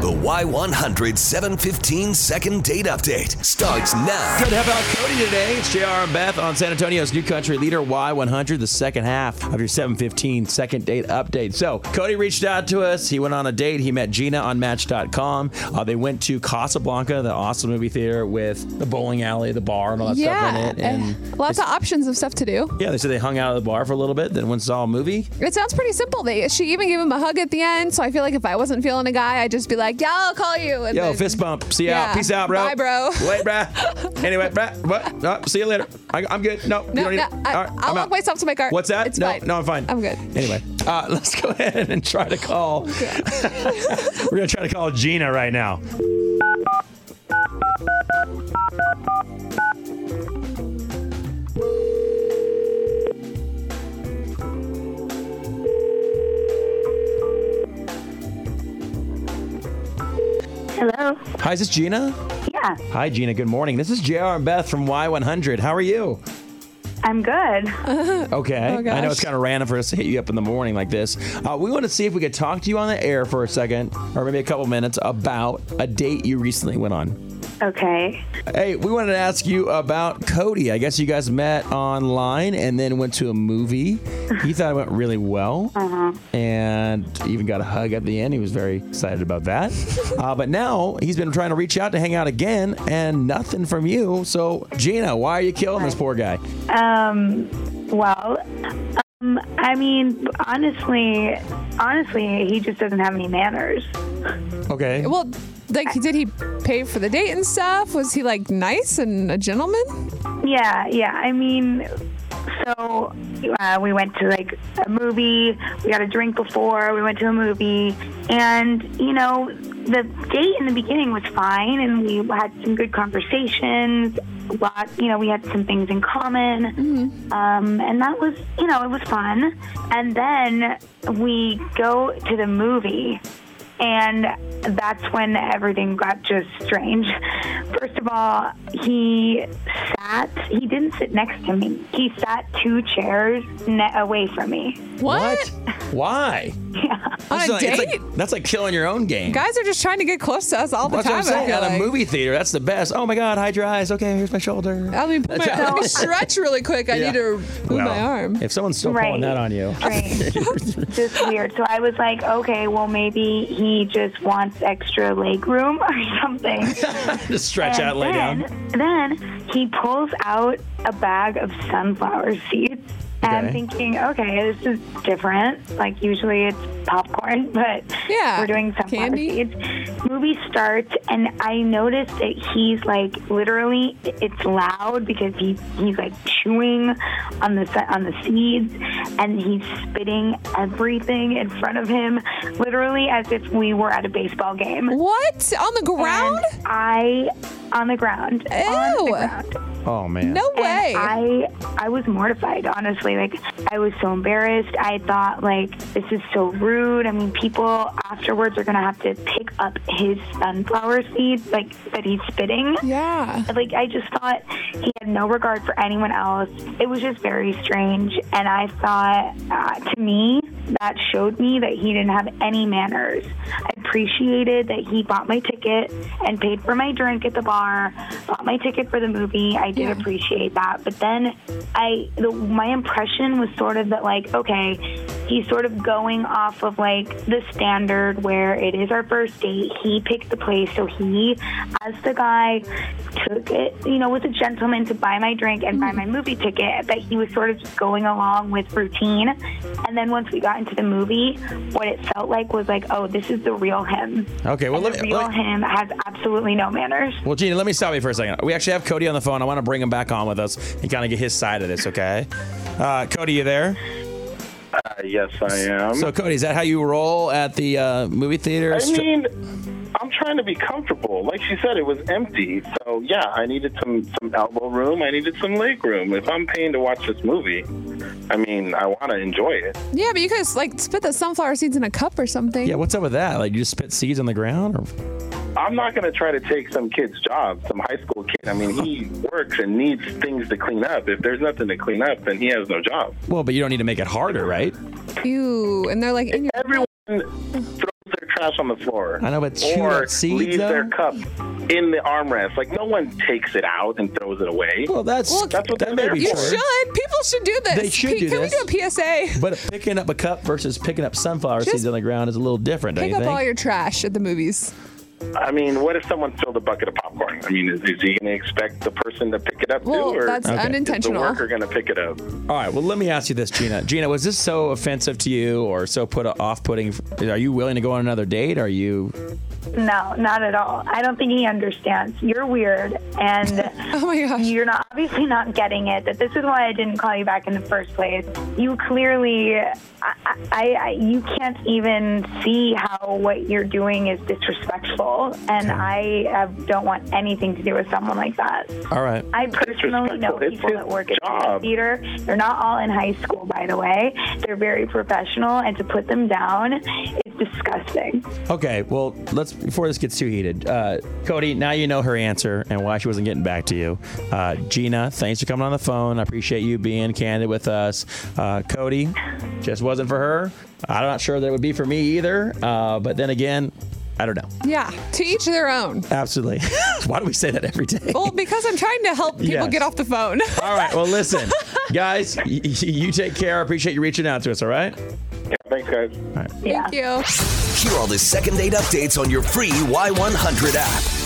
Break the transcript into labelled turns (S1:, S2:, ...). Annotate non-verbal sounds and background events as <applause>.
S1: The Y100 715 second date update starts now.
S2: Good. How about Cody today? It's JR and Beth on San Antonio's new country leader Y100, the second half of your 715 second date update. So, Cody reached out to us. He went on a date. He met Gina on Match.com. Uh, they went to Casablanca, the awesome movie theater with the bowling alley, the bar, and all that
S3: Yeah,
S2: stuff in it. And
S3: uh, lots of options of stuff to do.
S2: yeah, they said they hung out at the bar for a little bit, then went and saw a movie.
S3: It sounds pretty simple. They she even gave him a hug at the end, so I feel like if I wasn't feeling a guy, I'd just be like, "Yeah, I'll call you." And
S2: Yo,
S3: then- <laughs>
S2: fist bump. See you out.
S3: Yeah.
S2: Peace out, bro.
S3: Bye, bro.
S2: Wait,
S3: <laughs>
S2: bruh. Anyway, bruh. What? No, see you later. I, I'm good. No, you don't
S3: No, no,
S2: need it.
S3: I,
S2: All right,
S3: I'll
S2: I'm
S3: walk
S2: out.
S3: myself to my car.
S2: What's that?
S3: It's
S2: no,
S3: fine.
S2: no, I'm fine.
S3: I'm good.
S2: Anyway, uh, <laughs> let's go ahead and try to call. We're gonna try to call Gina right now.
S4: Hello.
S2: Hi, is this Gina?
S4: Yeah,
S2: Hi, Gina. Good morning. This is Jr. and Beth from Y100. How are you?
S4: I'm good.
S2: Okay.
S3: Oh,
S2: I know
S3: gosh.
S2: it's kind of random for us to hit you up in the morning like this. Uh, we want to see if we could talk to you on the air for a second, or maybe a couple minutes, about a date you recently went on.
S4: Okay.
S2: Hey, we wanted to ask you about Cody. I guess you guys met online and then went to a movie. He thought it went really well and even got a hug at the end. He was very excited about that. uh, but now he's been trying to reach out to hang out again and nothing from you. So, Gina, why are you killing this poor guy?
S4: Um, well, um, I mean, honestly, honestly, he just doesn't have any manners.
S2: Okay.
S3: Well, like, did he pay for the date and stuff? Was he like nice and a gentleman?
S4: Yeah, yeah. I mean, so uh, we went to like a movie. We got a drink before. We went to a movie, and you know, the date in the beginning was fine, and we had some good conversations. A lot, you know, we had some things in common, um, and that was, you know, it was fun. And then we go to the movie. And that's when everything got just strange. First of all, he sat, he didn't sit next to me. He sat two chairs ne- away from me. <laughs>
S2: Why?
S3: On
S2: It's
S3: a
S2: like- it's like-
S3: date?
S2: that's like killing your own game.
S3: Guys are just trying to get close to us all the
S2: That's what
S3: time.
S2: I'm saying.
S3: I
S2: At
S3: feel
S2: a
S3: like.
S2: movie theater, that's the best. Oh my God, hide your eyes. Okay, here's my shoulder.
S3: Let me, put my,
S2: <laughs>
S3: let me stretch really quick. I
S2: Yeah.
S3: need to move
S2: Well,
S3: my arm.
S2: If someone's still pulling
S4: Right.
S2: that on you.
S4: Strange. just weird. So I was like, okay, well, maybe he just wants extra leg room or <laughs> something.
S2: <laughs> Just stretch out, lay
S4: then,
S2: down.
S4: then he pulls out a bag of sunflower seeds. And
S2: Okay.
S4: I'm thinking, okay, this is different. Like usually it's popcorn, <laughs> but
S3: Yeah,
S4: we're doing sunflower
S3: candy.
S4: seeds. Movie starts, and I notice that he's like literally, it's loud because he he's like chewing on the se- on the seeds, and he's spitting everything in front of him, literally as if we were at a baseball game.
S3: What? On the ground?
S4: And I on the ground. On
S3: Ew.
S4: the ground.
S2: Oh man.
S3: No
S4: And
S3: way.
S4: I I was mortified, honestly. Like I was so embarrassed. I thought like this is so rude. I mean, people afterwards are gonna have to pick up his sunflower seeds like that he's spitting.
S3: yeah.
S4: Like I just thought he had no regard for anyone else. It was just very strange, and I thought uh, to me that showed me that he didn't have any manners. I appreciated that he bought my ticket and paid for my drink at the bar, bought my ticket for the movie. I did
S3: Yeah.
S4: appreciate that, but then I the, my impression was sort of that like okay, he's sort of going off of like the standard where it is our first date. He picked the place, so he, as the guy, took it, you know, was a gentleman to buy my drink and
S2: Hmm.
S4: buy my movie ticket, but he was sort of just going along with routine. And then once we got into the movie, what it felt like was like, oh, this is the real him.
S2: Okay, Oh, well
S4: And
S2: let
S4: the
S2: me,
S4: real
S2: let me-
S4: him has absolutely no manners.
S2: well Gina, let me stop you for a second. We actually have Cody on the phone. I want to bring him back on with us and kind of get his side of this, okay? Uh, Cody, you there?
S5: Uh, yes, I am.
S2: So Cody, is that how you roll at the uh, movie theater?
S5: I mean, I'm trying to be comfortable. Like she said, it was empty. So yeah, I needed some some elbow room. I needed some leg room. If I'm paying to watch this movie, I mean, I want to enjoy it.
S3: Yeah, but you could like spit the sunflower seeds in a cup or something.
S2: yeah, what's up with that? Like you just spit seeds on the ground or
S5: I'm not going to try to take some kid's job, some high school kid. I mean, he
S2: <laughs>
S5: works and needs things to clean up. If there's nothing to clean up, then he has no job.
S2: well, but you don't need to make it harder, right?
S3: Ew. And they're like in your
S5: Everyone throws their trash on the floor.
S2: I know, but chew
S5: or
S2: that seed,
S5: leave
S2: though?
S5: their cup in the armrest. Like no one takes it out and throws it away.
S2: Well, that's
S3: Well,
S5: That's what
S2: that
S5: they're
S2: may
S5: there
S2: be
S3: <laughs> You
S5: for.
S2: true.
S3: should. People should do this.
S2: They should
S3: P-
S2: do
S3: Can
S2: this.
S3: we do a PSA?
S2: But picking up a cup versus picking up sunflower
S3: Just
S2: seeds on the ground is a little different, don't
S3: Pick
S2: you
S3: up
S2: think?
S3: all your trash at the movies.
S5: I mean, what if someone spilled a bucket of popcorn? I mean, is, is he going to expect the person to pick it up
S3: Well,
S5: too, or
S3: that's
S5: is the
S3: unintentional.
S5: worker going to pick it up?
S2: all right. Well, let me ask you this, Gina. Gina, was this so offensive to you, or so put off-putting? Are you willing to go on another date? Are you?
S4: No, not at all. I don't think he understands. You're weird,
S5: <laughs>
S4: and
S3: <laughs> Oh my gosh.
S4: you're not obviously not getting it. That this is why I didn't call you back in the first place. You clearly, I, I, I you can't even see how what you're doing is disrespectful, and I uh, don't want anything to do with someone like that.
S2: All right.
S4: I personally know
S5: It's
S4: people
S5: his
S4: that work at
S5: job.
S4: the theater. They're not all in high school, by the way. They're very professional, and to put them down is disgusting.
S2: Okay. Well, let's before this gets too heated. Uh, Cody, now you know her answer and why she wasn't getting back to you. Uh, Gina, thanks for coming on the phone. I appreciate you being candid with us. Uh, Cody, just wasn't for her. I'm not sure that it would be for me either. Uh, but then again, I don't know.
S3: Yeah. To each their own.
S2: Absolutely. <laughs> Why do we say that every day?
S3: Well, because I'm trying to help people
S2: Yes.
S3: get off the phone. <laughs>
S2: All right. Well, listen, guys, y- y- you take care. I appreciate you reaching out to us. All right.
S5: Yeah, thanks, guys.
S4: Yeah.
S3: Thank you.
S1: Hear all the second date updates on your free Y100 app.